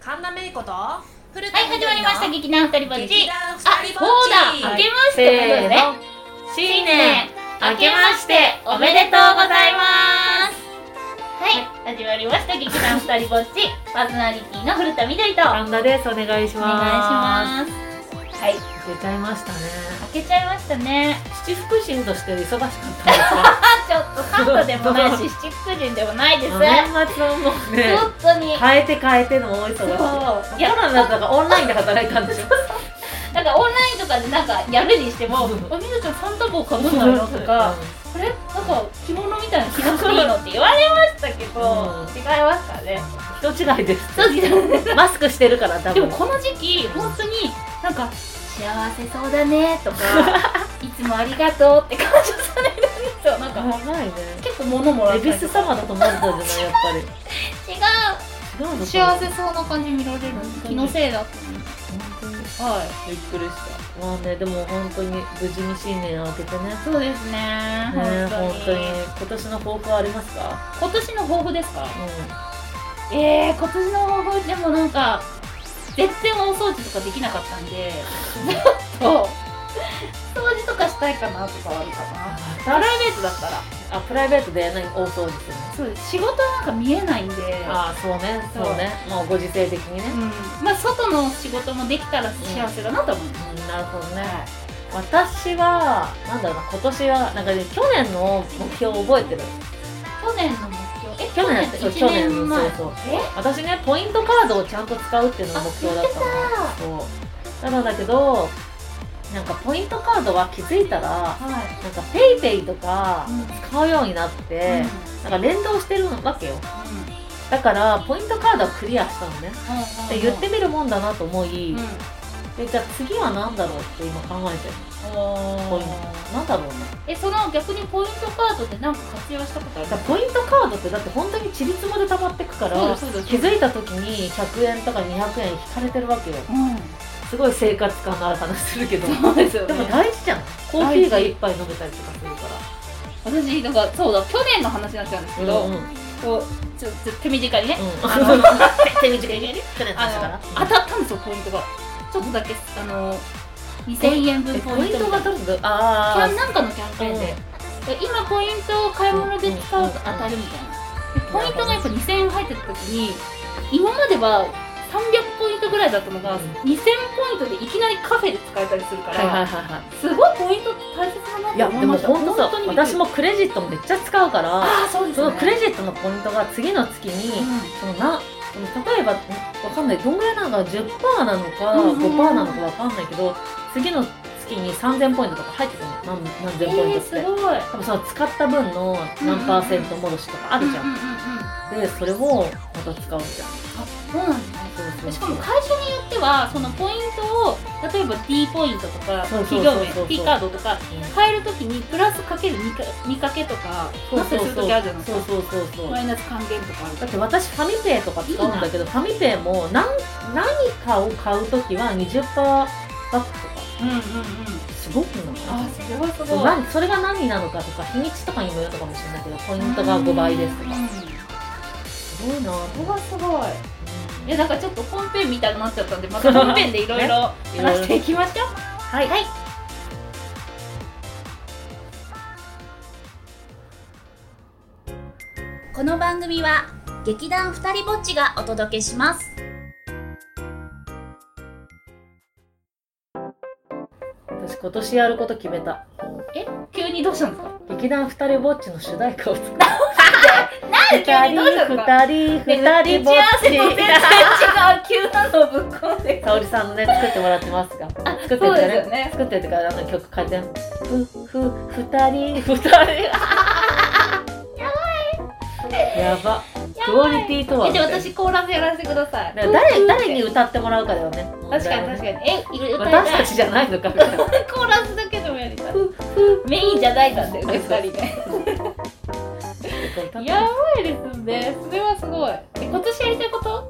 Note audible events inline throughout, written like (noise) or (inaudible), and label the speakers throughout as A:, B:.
A: 神田芽衣子と古
B: はい、始まりました。劇団ふたりぼっ
A: 劇
B: ち。あ、
A: 団二人ぼっ
B: そう
A: ち
B: だ。明けまして
C: せ
B: おめでとう
C: ーの
B: ね。
C: 新年明けましておめでとうございます
B: す。はい、始まりました。劇団ふたりぼっち。
C: (laughs)
B: パーソナリティの古田みどりと。お願いし
C: 神田ですお願いします
B: ます。はい、
C: 出ちゃいましたね
B: 開けちゃいましたね。
C: 七福神として忙しかったんですが
B: あ、ちょっと関東でもないし、七福神でもない (laughs) です。本
C: 年末はもうね
B: 当に。
C: 変えて変えての大忙しい
B: そう。い
C: いや
B: や、
C: コロナだからオンラインで働いたんでしょ
B: なんかオンラインとかでなんかやるにしても、あ、みどちゃんサンタ帽かぶんないのとか。これなんか着物みたいな着なくていいのって言われましたけど、
C: うん
B: 違いますからね
C: 人違いです
B: そうです
C: マスクしてるから多
B: でも
C: 分
B: この時期本当になんか幸せそうだね (laughs) とかいつもありがとうって感謝されるんですよなんか、
C: やばいね
B: 結構物もらっ
C: 恵
B: たり
C: 比
B: と
C: 寿
B: か
C: 様だと思ったんじゃないやっぱり
B: 違
C: 違うのか
B: う
C: な
B: 幸せそうな感じ見られる気のせいだと
C: 本当に
B: 思うはい
C: びっくりしたまあねでも本当に無事に新年明けてね
B: そうですね
C: ね
B: 本
C: 本
B: 当
C: 当
B: に
C: に今年の抱負はありますか？
B: 今年の抱負ですか
C: う
B: えー、今年の抱負でもなんか全然大掃除とかできなかったんでちょっと掃除とかしたいかなとかはあるかなプライベートだったら
C: ん。あプライベートで何大掃除するの？
B: そうです仕事なんか見えないんで
C: あそうね
B: そ
C: そううねもうご時世的にね
B: う。んまあ外の仕事もできたら幸せだなと思う、
C: うんなるほどね。私はなんだろうな今年はなんかね去年の目標を覚えてる。
B: 去年の目標え
C: 去年そう
B: 去
C: 去
B: 年1年
C: 年
B: 前
C: そうそう
B: え
C: 私ねポイントカードをちゃんと使うっていうのが目標だったの
B: あ。
C: そう。なのだけどなんかポイントカードは気づいたら
B: はい
C: なんかペイペイとか使うようになって、なんか連動してるわけよ。だからポイントカードはクリアしたのねで言ってみるもんだなと思い、
B: うん
C: でじゃあ次は何だろうって今考えてるポイントなんだろうね
B: えその逆にポイントカードで何か活用したことある
C: だからポイントカードってだって本当にちりつもで溜まってくから
B: そうです
C: 気づいた時に100円とか200円引かれてるわけよ
B: う
C: すごい生活感のある話するけど
B: ん、そうですよ
C: でも
B: ね。
C: 大事じゃんコーヒーが一杯飲めたりとかするか
B: 私、なんか、そうだ、去年の話になっちゃうんですけ
C: ら
B: ど、
C: うんうん
B: こう、ちょ、ちょ、手短にね、あ
C: (laughs)
B: の
C: うん手短にね去年の
B: あ
C: 話だから
B: の、当たったんですよ、ポイントが。ちょっとだけ、あの、2000円分
C: え
B: ポ
C: ポイ
B: イン
C: ン
B: ト
C: ト
B: が
C: が
B: キ
C: 取るあ
B: ャ
C: あ
B: ンなんかのキャンペーンで、今ポイントを買い物で使うと当たるみたいな。でポイントがやっぱ2000円入ってた時に、今までは300ポイントぐらいだったのが、
C: うん
B: 2000ポイントでいきなりカフェで使えたりするか
C: はいはいはい
B: ら、
C: はい
B: すごいポイント大切だ
C: い
B: な
C: や
B: って思
C: で
B: い
C: も
B: ました。
C: 本当さ
B: にびっくり
C: 私。もクレジットめっちゃ使うから
B: ああ、そうです
C: そ
B: よ
C: の
B: ね。
C: クレジットのポイントが次の月に、
B: うん
C: そのなその例えばわかんないどんぐらいなのか10%なのか
B: うんうんうん
C: 5%なのかわかんないけど次の月に3000ポイントとか入ってくるの何何
B: え
C: 千ポイント
B: ー、
C: っ
B: す
C: て、
B: ごい。
C: 多分その使った分の何パーセント戻しとかあるじゃん、
B: うんうんうんうんあ
C: でそれをまた使うじゃん
B: そうなんですね
C: そう
B: しかも会社によってはそのポイントを例えば D ポイントとか
C: そうそ
B: 企
C: うそうそう
B: 業名 P カードとか買えるときにプラスかける見か見かけとか
C: うん
B: なったりするときあるじゃないです
C: そう
B: か
C: そうそうそう
B: マイナス還元とかある
C: だ
B: か
C: って私ファミペイとか使うんだけどファミペイも何何かを買うときは20%バックとから
B: うんうんうん
C: すごくない
B: あすごいす
C: そう
B: ごい
C: 何それが何なのかとか日にちとかにもよるかもしれないけどポイントが5倍ですとかすごいな
B: ここがすごいいやなんかちょっと本編みたいになっちゃったんでまた本編でいろいろ
C: ね
B: 話していきましょう
C: はい、
B: はい
D: この番組は劇団ふたりぼっちがお届けします
C: 私今年やること決めた
B: 急にどうしたんですか
C: 劇団二人ぼっちの主題歌を
B: (laughs)
C: 作る
B: なんで急
C: 二
B: にどうしたん
C: 人
B: ですか
C: 二人二人ぼっち
B: ち違う急なのぶっ込んで
C: 沙織さんのね作ってもらってますが作ってる
B: そう
C: か
B: です
C: ら
B: よ
C: ね
B: ね
C: 作ってるからあの曲変えてふふ二人二
B: (laughs)
C: 人やばいやばクオリティとは
B: えじゃあ私コーラスやらせてください
C: だから誰誰に歌ってもらうかだよね
B: 確かに確かにえい歌いたい
C: 私たちじゃないのかみたいな
B: コーラスだけでもやりたいメインじゃないかんだよね
C: そうそう
B: 2人でや
C: や
B: ばいですねそれはすごいえ今年やりたいこと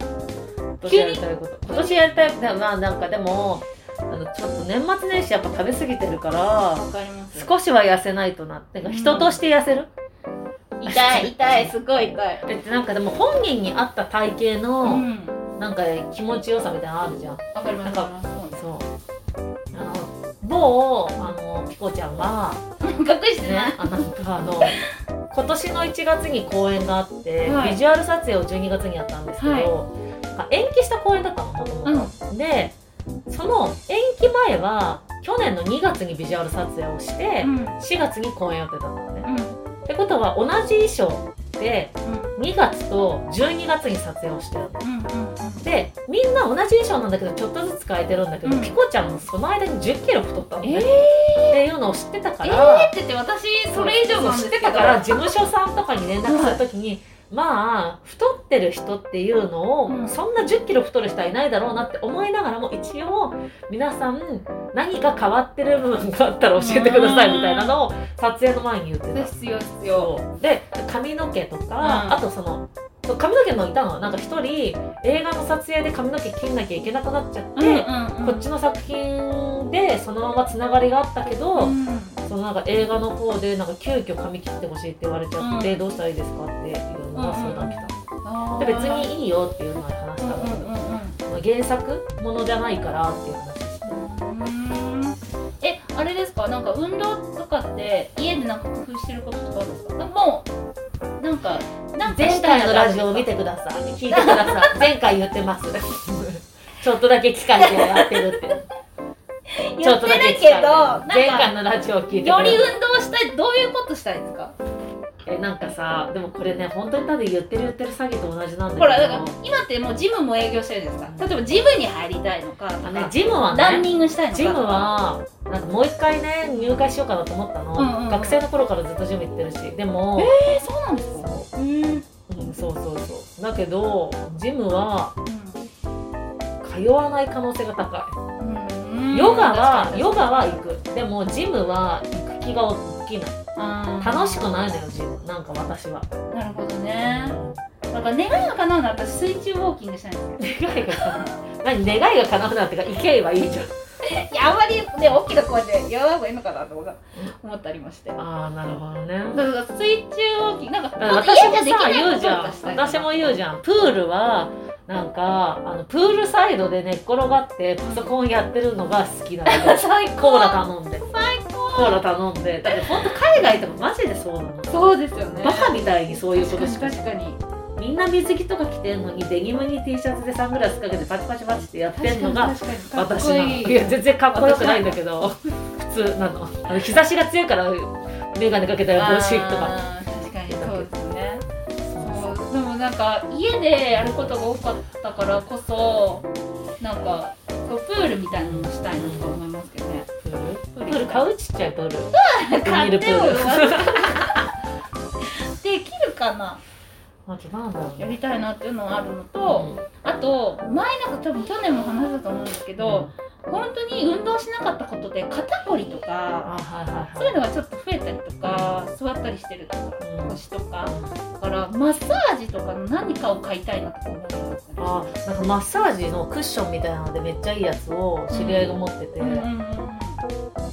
C: 今年やりたいこと今年やりたいでもまあなんかでもあのちょっと年末年始やっぱ食べ過ぎてるから
B: わかります
C: 少しは痩せないとなってか人として痩せる、
B: 痛い痛いすごい痛い
C: えなんかでも本人に合った体型
B: う
C: の
B: ん
C: なんか気持ちよさみたいなのあるじゃん
B: わかりますわかります
C: そうあの某あのピコちゃんは
B: うん隠して
C: ね
B: ない
C: あなんかあの今年の1月に公演があって、
B: はい
C: ビジュアル撮影を12月にやったんですけど、なんか延期した公演だったのもともとでその延期前は去年の2月にビジュアル撮影をして、
B: うんうん
C: 4月に公演予定だったのね、
B: うん
C: ってことは同じ衣装で2月と12月に撮影をしてるの
B: うんうん
C: でみんな同じ衣装なんだけどちょっとずつ変えてるんだけど、
B: うん
C: ピコちゃんもその間に1 0キロ太ったのね、
B: えー
C: っていうのを知ってたか
B: え
C: ら、
B: ーって言って私それ以上なん
C: 知
B: で
C: っ
B: すけ
C: てた
B: ど
C: から事務所さんとかに連絡するときに、まあ太ってる人っていうのを、
B: うん
C: そんな1 0キロ太る人はいないだろうなって思いながらも一応皆さん何か変わってる部分があったら教えてくださいみたいなのを撮影の前に言ってた。
B: 必要必要
C: そうで髪の毛とか、
B: ん
C: あとそのそう髪の毛のいたのなんか一人映画の撮影で髪の毛切んなきゃいけなくなっちゃって、こっちの作品でそのままつながりがあったけど、
B: うん
C: そのなんか映画の方でなんか急遽髪切ってほしいって言われちゃって、どうしたらいいですかっていうのが相談来た、
B: あー
C: で別にいいよっていうのは話し
B: う
C: た
B: ん
C: んだけど、
B: うんうんうん
C: まあ原作ものじゃないからっていう話して
B: え、あれですか、なんか運動とかって、家でなんか工夫してることとかあるんですか。もう、なんか、なんか
C: 前
B: した
C: 回
B: いな
C: のラジオを見てください聞いてください前回言って
B: (laughs)
C: ますちょっとだけ機械でやってるってち
B: 言
C: ょっ
B: って
C: と
B: る
C: だけ機
B: けど、
C: 械
B: なん
C: で前
B: か、
C: 回のラジオを聞いてくだ
B: よ
C: さ
B: り
C: い
B: 運動したい、どういうことしたいですか。
C: えなんかさでもこれね本当にただ言ってる言ってる詐欺と同じなんだけど
B: ほら、だから、今ってもうジムも営業してるじゃないですか。例えば、ジムに入りたいのかと
C: あのね
B: か、
C: ジムは
B: ラン
C: ね
B: ニングしたいのか。
C: ジム。はなんかもう一回ね入会しようかなと思ったの、
B: うんうんうん
C: 学生の頃からずっとジム行ってるしでも、
B: えー、そうなんですか。
C: そ
B: うん。うん
C: ううん、そうそうそうだけどジムは通わない可能性が高い
B: うん
C: ヨガは、
B: 確かに
C: ヨガは行く。でも、ジムは行く気が起きない。
B: あー
C: 楽しくないのよ、ジム。なんか私は。
B: なるほどね。なんか願いが叶うなら私水中ウォーキングしたいんですよ。
C: 願いが叶う。何、願いが叶うなんてか、行けばいいじゃん。
B: いや、あんまりね、大きな声でやらない方がいいのかなと思った思ったりもして。だか
C: ああ、なるほどね。
B: ら水中ウォーキング、なん
C: だ
B: か、
C: から私もさ、
B: 家
C: 言うじゃん。私も言うじゃん。プールは、なんか、あの、プールサイドで寝っ転がって、パソコンやってるのが好きなの
B: ゃ
C: よ。
B: (laughs) 最
C: コー
B: 高
C: ラ
B: だ。
C: 頼んで。
B: 最高。
C: コーラ頼んで。だって、ほんと海外とかマジでそうなの。
B: そうですよね。
C: バカみたいにそういうことし
B: 確
C: か
B: かに確かに。
C: みんな水着とか着てんのにデニムに T シャツでサングラスかけてパチパチパチってやってんのが
B: 確かに確
C: 私
B: かにかっこ
C: ないの
B: い。
C: いや全然かっこよくないんだけど普通なのあの日差しが強いから眼鏡かけたら帽子とか
B: あー確かにそうですね。そうでもなんか、家でやることが多かったからこそ、なんか、こうプールみたいなのもしたいなとか思いますけどね。
C: プールプール買うちっちゃいプール
B: 買っても
C: ビニールプール
B: できるかな
C: あとなんだろう
B: や
C: ね
B: りたいなっていうのはあるのと、あと前なんか多分去年も話したと思うんですけど、本当に運動しなかったことで肩こりと
C: あ
B: か
C: はいはい
B: そう
C: は
B: いう
C: い
B: のがちょっと増えたりとか座ったりしてるとか
C: うん
B: 腰とかだからマッサージとかの何かを買いたいなとか思いますね。
C: あなんかマッサージのクッションみたいなのでめっちゃいいやつを知り合いが持ってて
B: うんうんうんうん。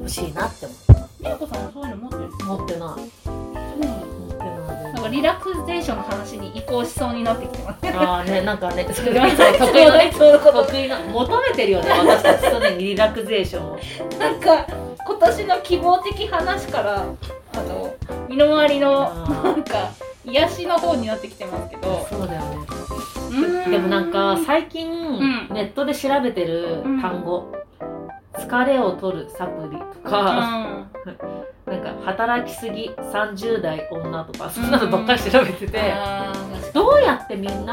C: 欲しいなって思
B: 美穂子さんもそういうの持ってるんですか
C: う持ってない持ってない
B: なんかリラクゼーションの話に移行しそうになってきてます。
C: ああね、なんかね、それ
B: ご
C: が
B: め
C: い
B: ん
C: つも
B: (laughs) なさい
C: 得意の
B: (laughs)
C: ね
B: ちょうどこの
C: 得意な、求めてるよね、私たち常にリラクゼーションを。
B: なんか今年の希望的話からあの身の回りのな
C: あ
B: んか癒しの方になってきてますけ
C: ー
B: ど
C: そうだよね。
B: うん
C: でもなんか、最近、
B: ん
C: ネットで調べてる単語、疲れを取るサプリと
B: うん
C: か、なんか、働きすぎ30代女とか、そんなのばっかり調べてて、
B: あー確か
C: どうやってみんな、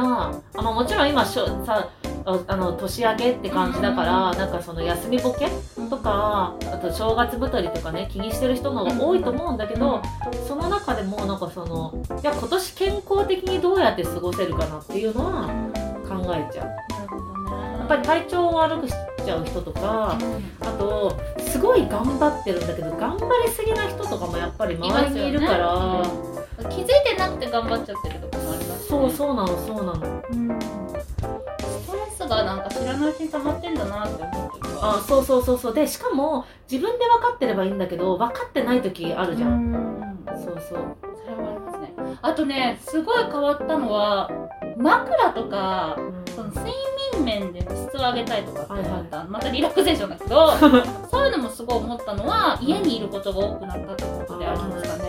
C: あまあ、もちろん今しょさああの年明けって感じだから、なんかその休みボケ
B: に
C: とかあと正月太りとかね気にしてる人の方が多いと思うんだけど、その中でもなんかそのじゃあ今年健康的にどうやって過ごせるかなっていうの
B: う
C: は
B: んな
C: 考えちゃう
B: るほどね
C: やっぱり体調を悪くしちゃう人とかあとすごい頑張ってるんだけど頑張りすぎな人とかもやっぱり周りにいるから
B: いますようん気づいてなくて頑張っちゃってるとこもありますね
C: そうそうなのそうなの
B: うんストレスがなんか知らないうちに溜まってんだなって思うけど
C: あそうそうそうそうでしかも自分で分かってればいいんだけど分かってない時あるじゃん、
B: ん
C: そうそう
B: それはありますねあとねすごい変わったのは枕とか
C: うん
B: その睡眠面で質を上げたいとかって思った、またリラクゼーションだけ (laughs) どそういうのもすごい思ったのは家にいることが多くなったってことでありますかね。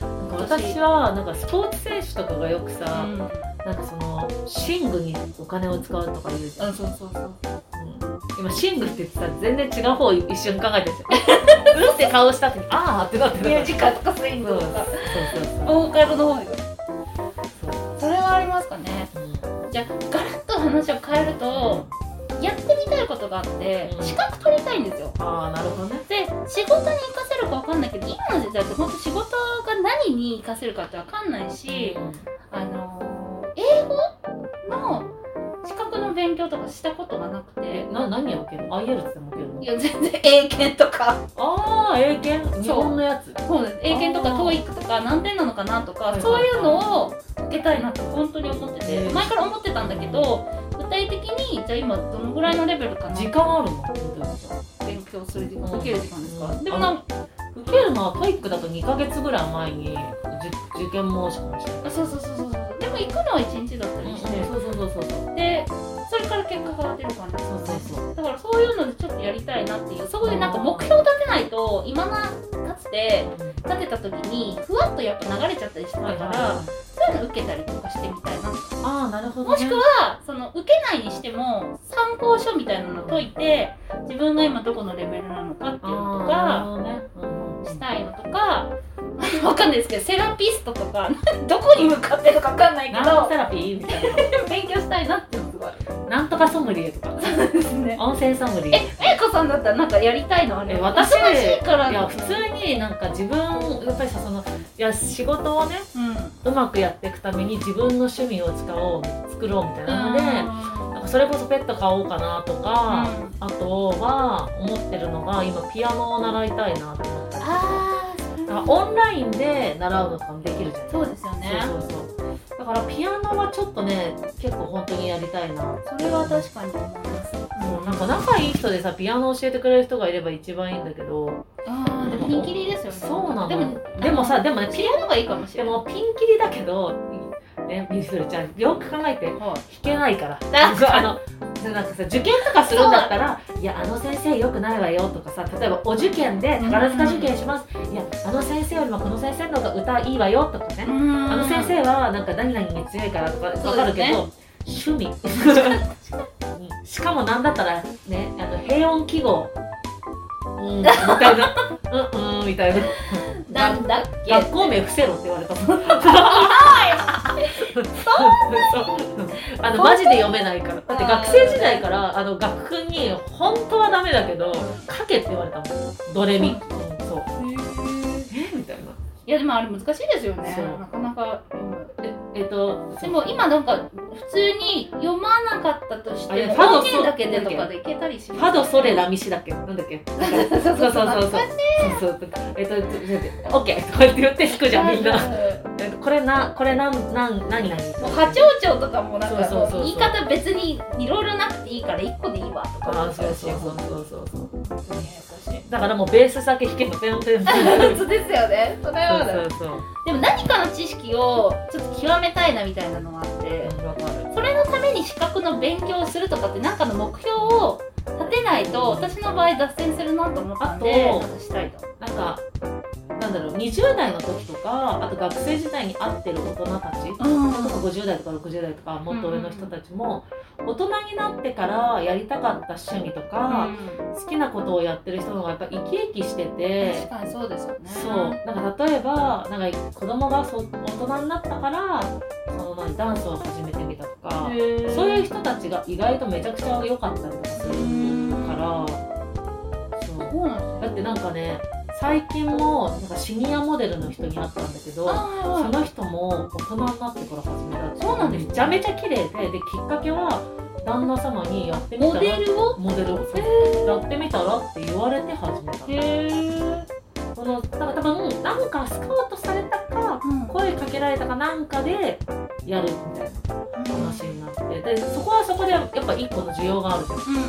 C: なんか私はなんかスポーツ選手とかがよくさ、
B: うん、うん、
C: なんかその寝具にお金を使うとか言うじゃん、
B: そうそうそう。
C: 今寝具って言ってたら全然違う方を一瞬考えて
B: (laughs)
C: るうんって顔した時にああってなって
B: ミュー
C: そ
B: ジ
C: う
B: カルとかスイング
C: そう
B: とか
C: そう
B: ボーカルの方よ
C: そうそう
B: それはありますかね
C: うん
B: じゃあガラッと話を変えるとやってみたいことがあって
C: うん
B: 資格取りたいんですよ
C: ああなるほどね
B: で仕事に活かせるか分かんないけど今の時代って本当仕事が何に活かせるかって分かんないし、あのー英語の資格の勉強とかしたことがなく
C: え
B: て
C: な何を受けるの ?IELTS でも受けるの
B: いや全然英検とか
C: ああ英検日本のやつ
B: そうです英検とか
C: あー
B: TOEIC とか何点なのかなと
C: はい
B: か
C: はい
B: そういうのを受けたいなって本当に思って
C: へ
B: て
C: ー
B: 前から思ってたんだけど具体的にじゃあ今どのぐらいのレベルかな
C: 時間あるの本当に
B: 勉強する時間受ける時間ですか、
C: うん
B: でもなん
C: 受けるのはトイックだと2ヶ月ぐらい前に受受験申し込みして
B: あそうそうそうそうそうでも行くのは1日だったりして、
C: そうそうそうそうそう
B: でそれから結果が出る感じですよね
C: そうそうそ
B: だからそういうのでちょっとやりたいなっていうそこでなんか目標を立てないと今なかつて立てた時にふわっとやっぱ流れちゃったりしてたから、そういうの受けたりとかしてみたいな
C: ああなるほど、ね、
B: もしくはその受けないにしても参考書みたいなの解いて自分が今どこのレベルなのかっていうのとか
C: あーなるほどねうん
B: したいのとか (laughs) わかんないですけどセラピストとか (laughs) どこに向かってるかわかんないけ
C: なんと
B: ど
C: セラピーみたい
B: 勉強したいなっていうのすごい
C: ななんとかソムリエとか
B: ですね
C: 温泉ソムリ
B: え
C: エ
B: えいこさんだったらなんかやりたいのあれ
C: え私
B: 忙しいから
C: いや普通になんか自分やっぱりさそのいや仕事をね
B: うん
C: うまくやっていくために自分の趣味を使おう作ろうみたいなのでなんかそれこそペット買おうかなとか、
B: うん
C: あとは思ってるのが今ピアノを習いたいなと思ったりとか
B: あ
C: だからオンラインで習うのとかもできるじゃない
B: ーそうですよね
C: そうそうそうだからピアノはちょっとね結構本当にやりたいな
B: それは確かに思います
C: もうなんか仲いい人でさピアノ教えてくれる人がいれば一番いいんだけど
B: ああでも人気りですよね
C: そうなの
B: でも
C: でもさでもね
B: ピアノがいいかもし
C: で
B: れない
C: もピンキリだけどねみずるちゃんよく考えて弾
B: はい
C: けないから
B: 確か
C: あのなんかさ受験とかするんだったら「いやあの先生よくないわよ」とかさ例えばお受験で宝塚受験します「いやあの先生よりもこの先生の方が歌いいわよ」とかね、
B: うん
C: あの先生はなんか何々に強いからとか
B: そう
C: わかるけど、趣
B: (laughs)
C: 味うんしかもなんだったらねあの平穏記号うんみたいなうんうんみたいな
B: なんだっけ
C: 学校名伏せろって言われた
B: (laughs)
C: もんあのマジで読めないからだって学生時代からあの学訓に本当はダメだけど書けって言われたもんドレミ、うん、そうえみたいない
B: やでもあれ難しいですよね
C: そう
B: なかなか
C: ええっと
B: でも今なんか普通に読まなかったとし
C: あ
B: て
C: れ
B: も
C: ファド
B: 音源だけでとかでいけたりし
C: フ
B: ま
C: ァ
B: す
C: ドソレラミシだっけなんだっけ
B: (laughs) そうそう
C: そうそうそうそう
B: 懐かしい
C: そうそうえっとちょっと待ってオッケーとかって言って弾くじゃんみんな
B: も
C: えっとこれなこれなんなん何何
B: う波長長とかもなんか
C: そうそうそうそう
B: 言い方別にいろいろなくていいから一個でいいわとか
C: あーそうそうそうそうそうそう
B: 本当にややこしい
C: だからもうベースだけ弾けばペンペンペンペン
B: (laughs) 本当ですよねそれはね
C: そうそう
B: でも何かの知識をちょっと極めたいなみたいなのがあって
C: そうわかる
B: それのために資格の勉強をするとかって何かの目標を立てないと私の場合脱線するなと思ったんで
C: あと
B: なんかしたいと
C: なんかなんだろう20代の時とかあと学生時代に会ってる大人たち
B: うん
C: それこそ50代とか60代とかもっと上の人たちも大人になってからやりたかった趣味とか、好きなことをやってる人の方がやっぱ生き生きしてて
B: 確かにそうですよね
C: そうなんか例えばなんか子供がそ大人になったからその何ダンスを始めてみたとかそういう
B: 人
C: 人たちが意外とめちゃくちゃ良かったりとかするからそう
B: そうなん
C: だってなんかね最近もなんかシニアモデルの人に会ったんだけどそ
B: あ
C: の人も大人になってから始めたって
B: そうなんです
C: めちゃめちゃ綺麗でできっかけは旦那様にやってみた
B: モ
C: ら
B: デルを
C: モデルを
B: へ
C: やってみたらって言われて始めたの
B: えへえ
C: そのだから多分なんかスカウトされたか声かけられたかなんかでやるみたいな話になってでそこはそこでやっぱ一個の需要があるじゃん、
B: うんうんうん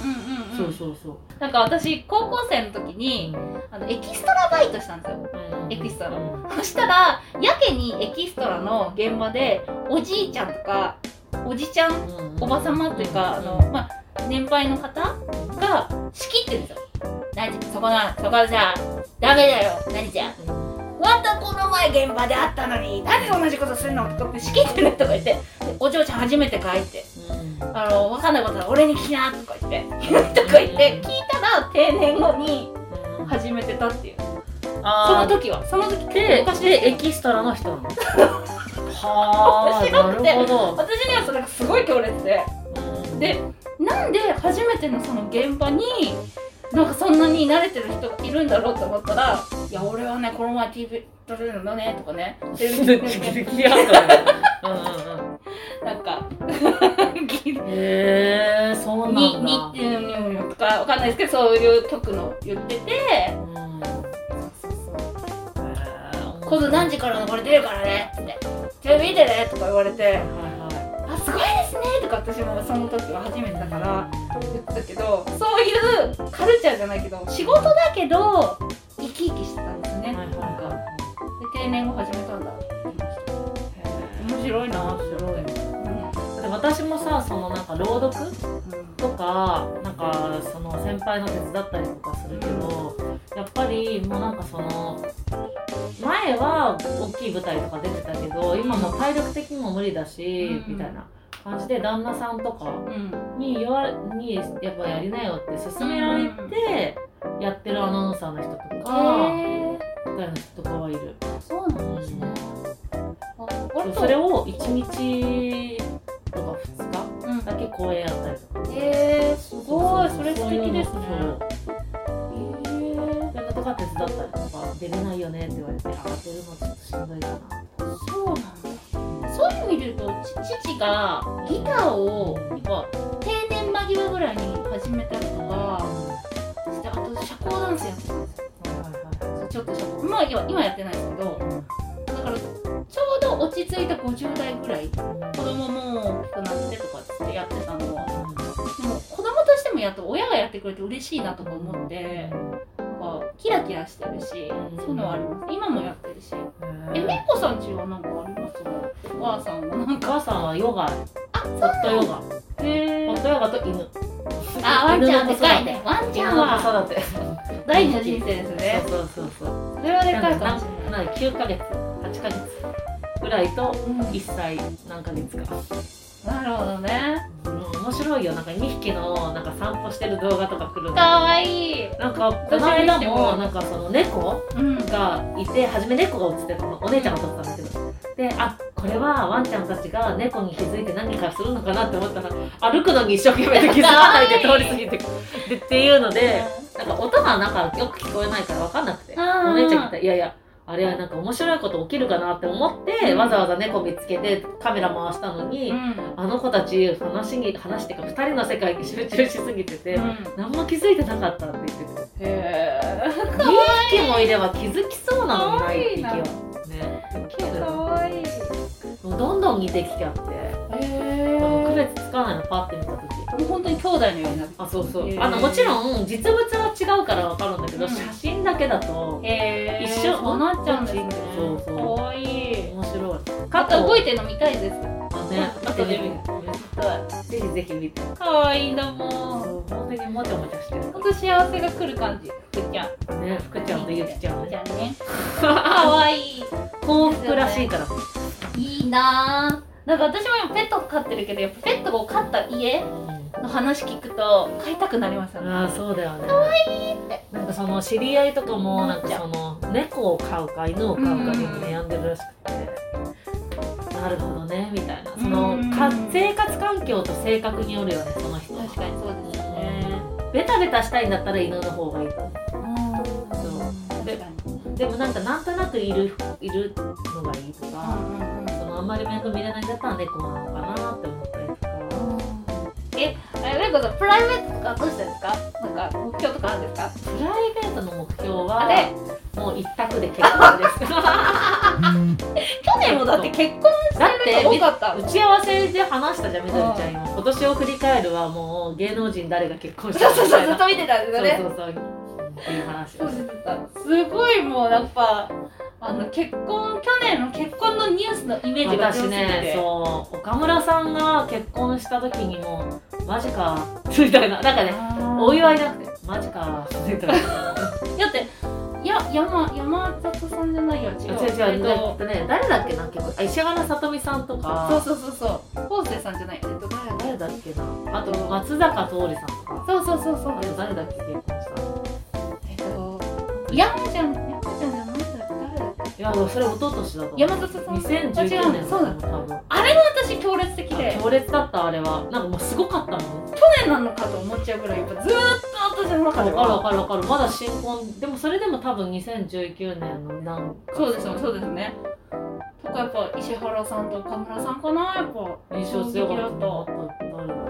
C: そううんそうそう、
B: なんか私高校生の時にあのエキストラバイトしたんですよ
C: うん
B: エクストラ
C: うん
B: そしたらやけにエキストラの現場でおじいちゃんとかおじちゃんおばさまっていうか、あの、まあ、年配の方が仕切ってるんですよ。何そこな、そこじゃ、ダメだよ、何じゃ。またこの前現場で会ったのに、なんで同じことするのとか仕切ってるとか言って、お嬢ちゃん初めてかいって、あの、わかんないことは俺に聞きなとか言って、 (laughs) とか言って、聞いたら定年後に始めてたっていう。その
C: あ
B: 時は、その時
C: ーで
B: 昔
C: でエキストラの人なのはあな
B: 面白くて
C: るほど
B: 私にはそれがすごい強烈で。
C: うん
B: でなんで初めてのその現場になんかそんなに慣れてる人がいるんだろうと思ったら「いや俺はねこの前 TV 撮れるのね」と
C: (laughs)
B: かね「テレ
C: で
B: ビ撮れるのね
C: 聞き合 (laughs) うからうんうんうん
B: なんか
C: へえそうな
B: に
C: ん
B: に
C: だ
B: っていうのとかわかんないですけどそういう曲の言ってて
C: うん
B: 「今度何時からのこれ出るからね」って「テレビ見てね」とか言われて「
C: は
B: あすごいですね」とか私もその時は初めてだ
C: い
B: か
C: はい
B: ら言ってたけどそういうカルチャーじゃないけど仕事だけど生き生きしてたんですねなんか。で定年後始めたんだ面白いなって思って、
C: で私もさそのなんか朗読とかなんかその先輩の手伝ったりとかするけどやっぱりもうなんかその前は大きい舞台とか出てたけど今もう体力的にも無理だし、
B: うん
C: みたいな感じで旦那さんとか
B: うんうん
C: に言わにやっぱやりなよって勧められてやってるアナウンサーの人とか
B: へ
C: 舞台の人とかはいる。
B: ーそうなんですねあ割と
C: それを1日とか2日
B: うん
C: だけ公演やったりとか
B: へーすごいそれ素敵ですね
C: そういうのそうとか手伝ったりとか出れないよねって言われてあ出るのちょっとしんどいかな
B: そうなんだそういう意味で言うとち父がギターをやっぱ定年間際ぐらいに始めたりとかしてあと社交ダンスやってたんですよそうちょっと社交まあ今今やってないですけどだからちょうど落ち着いた50代ぐらい子供も大きくなってとかってやってたのはでも子供としてもやっと親がやってくれて嬉しいなとか思ってなんかキラキラしてるし
C: うん
B: そういうのはあります今もやってるしえめいこさんちはなんかありますお母さんはなん
C: お
B: か
C: 母さんはヨガ、ホ
B: あそう
C: ットヨガ、ホ
B: へ
C: ットヨガと犬。
B: あワンちゃ
C: 犬の
B: ん
C: 子
B: で
C: 育て
B: かいねワンちゃんは
C: 子育て。
B: 第二の人生ですね
C: そうそうそうそう。
B: それはでかいか
C: な
B: もしれない
C: んか九ヶ月、八ヶ月ぐらいと一歳何ヶ月か。
B: なるほどね
C: うん面白いよなんか2匹のなんか散歩してる動画とか来るの
B: かわいい
C: なんかこの間もなんかその猫
B: うん
C: がいて初め猫が映ってたのお姉ちゃんが撮ってたんだけどであこれはワンちゃんたちが猫に気づいて何かするのかなって思ったら歩くのに一生懸命で気づかないで
B: かわ
C: 通
B: いい
C: り過ぎてでっていうのでなんか音がなんかよく聞こえないから分かんなくて
B: あー
C: お姉ちゃんがいたいやいやあれはなんか面白いこと起きるかなって思って、
B: うん
C: わざわざ猫見つけてカメラ回したのに、
B: うん
C: あの子たち話に話っていうか2人の世界に集中しすぎてて、
B: うん
C: 何も気づいてなかったって言ってて
B: へえ
C: 2匹もいれば気づきそうなのにない1匹はねけ
B: か
C: ど
B: わいいへ
C: もうどんどん似てきちゃって
B: え
C: もう区別つかないのパッて見た時
B: もう本当に兄弟のようになって
C: あそうそう、
B: へー
C: あのもちろん実物は違うから分かるんだけど、
B: うん
C: 写真だけだと
B: へ
C: 一
B: 一緒
C: 緒
B: そうなっちゃうんですね
C: そうそう
B: かわいい
C: 面白い
B: また動
C: い
B: いてるの見たいです
C: ね
B: あとで見る
C: ぜひぜひ見て
B: かわいいなもう
C: そう本当にもちゃもちゃしてる
B: ほんと幸せが来る感じふっちゃん
C: ね福ちゃんとゆきちゃん
B: ふっち
C: ね
B: ゃん (laughs) ねかわいい
C: 幸福らしいから
B: いいなぁなんか私も今ペット飼ってるけどやっぱペットを飼った家の話聞くと飼いたくなりますよね
C: ああそうだよね可愛いってなんかその知り合いとかもなんかその猫を飼うか犬を飼うかで悩んでるらしくて、なるほどねみたいなその、
B: うん
C: か生活環境と性格によるよねその人
B: 確かにそうですよね
C: ベタベタしたいんだったら犬の方がいいと思
B: うん
C: そう
B: 確かに
C: うでもなんかなんとなくいるいるのがいいとか、そのあんまり面倒見れないんだったら猫なのかなって思ったりとか
B: え、あれ、こさん、プライベートとかどうしてるんですかなんか、目標とかあるんですか
C: プライベートの目標
B: あ
C: は
B: れ、
C: もう一択で結婚です
B: 去年もだって結婚
C: だっ
B: して
C: て
B: る人多かった
C: 打ち合わせで話したじゃんみどりちゃん今今年を振り返るはもう芸能人誰が結婚した
B: そう
C: み
B: そう
C: た
B: そう、
C: い
B: ずっ
C: な
B: と見てたんですよね
C: そうそうそうっていう話
B: そうそうそうすごいもうやっぱああの結婚去年の結婚のニュースのイメージが強
C: 私
B: すぎて、
C: ねそう岡村さんが結婚した時にもマジかみたいななんかねお
B: い
C: 祝いなくてマジかみたいな
B: だっていや山山里さんじゃないよ違う
C: 違う違う、えっとね、誰だっけな結構あ石原さとみさんとか
B: そうそうそうそう昴生さんじゃないえっと誰だ
C: 誰だっけなあと松坂桃李さんとか
B: そうそうそうそう
C: あと誰だっけ結婚した
B: えっと山ちゃん山ちゃんじゃない誰だ
C: いやそれ一昨年だと思う
B: 山里さん
C: 2019
B: あ違
C: 年
B: うそうだ
C: と思う多分
B: 私強烈的で
C: あ強烈だったあれはなんかもうすごかったもん
B: 去年なのかと思っちゃうぐらいやっぱずーっと私の中
C: わ
B: で
C: かる
B: は
C: わかるわかるまだ新婚でもそれでも多分2019年のなんか
B: そうですよそうですねとかやっぱ石原さんと岡村さんかなやっぱ
C: 印象強かった
B: 衝撃だった
C: 誰だろ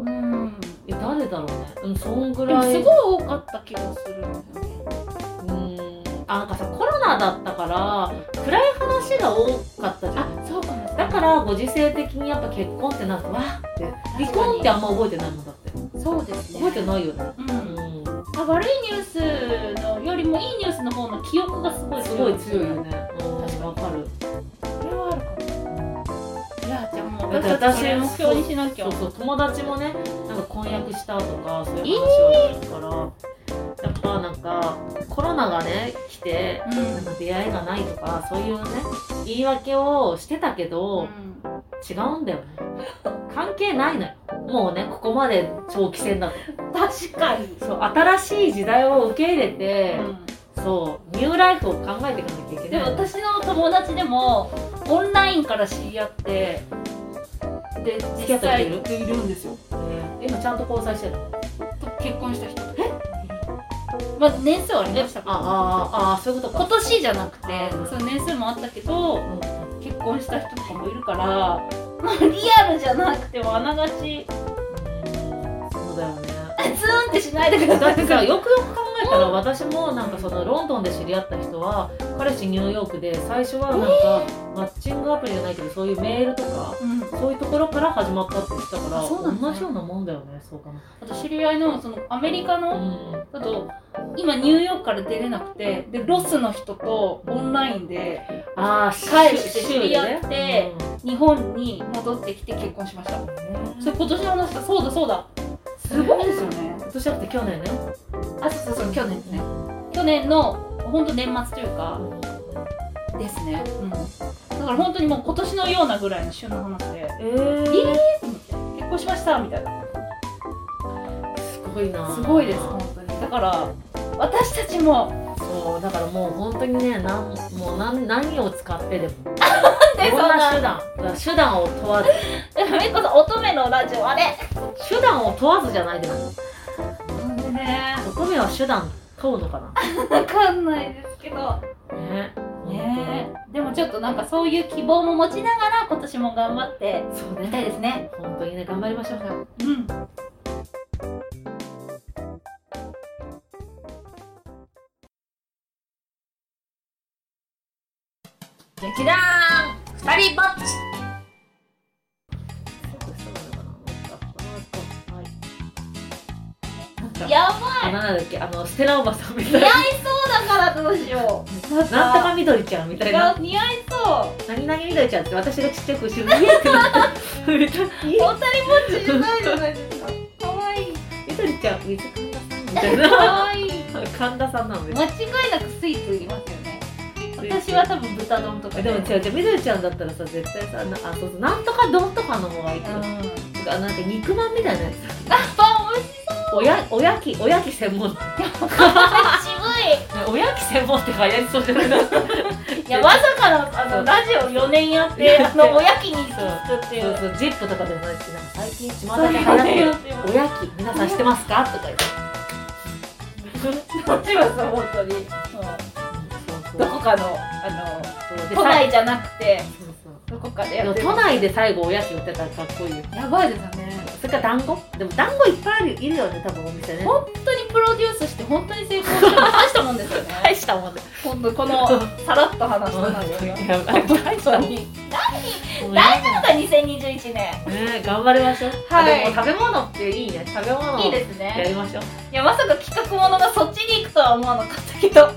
C: う
B: うん
C: え誰だろうねうんそんぐ
B: でも
C: らい
B: すごい多かった気がするんですよね
C: うーんあなんかさコロナだったから暗い話が多かったじゃん
B: あそうかも
C: だからご時世的にやっぱ結婚ってなってわーって離婚ってあんま覚えてないもんだって
B: そうですね
C: 覚えてないよね
B: う
C: うんん
B: あ悪いニュースのよりもいいニュースの方の記憶がすごい
C: すごい強い
B: こ
C: よねうんわかる
B: れはあるかもいやじゃあもう
C: だって
B: 私たちそれ
C: 私
B: 目標にしなきゃ
C: そうそう友達もねなんか婚約したとかそういう話をするからやっぱなんかコロナがね来て
B: うんうん
C: なんか出会いがないとかそういうね言い訳をしてたけど、違うんだよね関係ないのよもうねここまで長期戦だと
B: 確かに
C: そう新しい時代を受け入れて、
B: うん
C: そうニューライフを考えていかなきゃいけ
B: でも
C: ない
B: 私の友達でもオンラインから知り合ってで
C: 付き合
B: 実
C: った
B: 際
C: 人いる
B: いるんですよ
C: えー今ちゃんと交際してるの
B: 結婚した人えまあ年数はありましたけど
C: あああそういうこと
B: 今
C: か
B: 年じゃなくて
C: あー
B: その年数もあったけど
C: うん
B: 結婚した人とかもいるから、まあ、リアルじゃなくてもあながち
C: そうだよね
B: ツーンってしないでくだ
C: だ
B: さ
C: っ
B: い
C: て
B: (laughs)
C: さよくよく考えたら私もなんかそのロンドンで知り合った人は彼氏ニューヨークで最初はなんか、マッチングアプリじゃないけどそういうメールとか
B: うん、
C: そういうところから始まったって言ってたから
B: あそうなんだ
C: 同じようなもんだよねそうかな
B: あと知り合いのそのアメリカの
C: う
B: だと今ニューヨークから出れなくてでロスの人とオンラインで
C: ん、ああ
B: 帰って知り合って
C: う
B: 日本に戻ってきて結婚しました
C: ん
B: それ今年の話だそうだそうだすごいですよね
C: 今年だって去年ね
B: あそうそうそう去年ですね去年の本当年末というかですね、うん、だから本当にもう今年のようなぐらいの旬の話で
C: えー、
B: 結婚しましたみたいな
C: すごいな
B: すごいです本当にだから私たちも
C: そうだからもう本当にねなんもう何何を使ってでも
B: で
C: こんな手段だから手段を問わず
B: めっこさん乙女のラジオあれ
C: 手段を問わずじゃないでも
B: なんでね
C: 乙女は手段問うのか
B: 分かんないですけど
C: なね
B: ねでもちょっとなんかそういう希望も持ちながら今年も頑張って
C: そう
B: いきたい
C: ね
B: ですね
C: 本当にね頑張りましょう
B: うん
D: 劇団二人ぼっち
B: やば
C: あなんだっけあのステラおばさんみたい
B: い
C: な
B: やそうだからどうしようなん
C: なんとかみどりちゃんみたいな
B: 似合いそう
C: 何々みどりちゃんって私がちっちゃく後ろに見えて
B: (laughs)
C: なってみたいな
B: お二人ぼっ (laughs) ちじゃないじゃないですかかわいい
C: みどりちゃん水神田さんみたい
B: か
C: な
B: わいい
C: 神田さんなの
B: 間違いなくスイーツいりますよね私は多分豚丼とか
C: でも違う違うみどりちゃんだったらさ絶対さなあそうそうなんとか丼とかの方がいい
B: うん
C: けどあなんか肉まんみたいなや
B: パン美味し
C: つおやおやきおやき専門
B: い
C: おやき専門って流行りそうじゃない
B: 渋いいやまさかのあ
C: そ
B: の
C: う
B: ラジオ4年やってあのおやきに行くってい
C: そううそう、ジップとかでもないし、なんか最近巷
B: そう
C: で流行ってる
B: そう
C: おやき、皆さん知ってますかとか言って。
B: こっちはさ本当にそ
C: そ
B: う
C: う
B: ど
C: そう
B: こかのあ
C: そう。
B: の
C: で
B: 都内じゃなくて
C: そうそう
B: どこかで
C: で
B: や
C: も
B: ってる
C: 都内で最後おやき売ってたらかっこいいよ。
B: やばいですよね
C: それから団子でも団子いっぱいあるいるよね、多分お店ね。
B: 本当にプロデュースして本当に成功して大したもんですよね
C: 大したもんだ
B: 今度このさらっと話 (laughs) した内容が
C: いや大したもん
B: に
C: 大
B: なんか2021年
C: ね頑張りましょう。
B: はい
C: あでも食べ物っていいね。食べ物
B: いいです
C: や
B: ね
C: りましょう。
B: いやまさか企画ものがそっちに行くとは思わなかったけど
C: は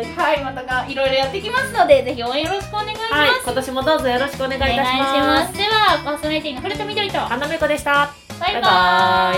C: ーい。
B: (laughs) はいまたがいろいろやってきますのでぜひ応援よろしくお願いします、
C: はい、今年もどうぞよろしくお願いいたします。
B: お願いしますではパーソナリティの古田みどりと
C: 花めこでした。
B: バイ
C: バ
B: バ
C: イバイ
B: ーイ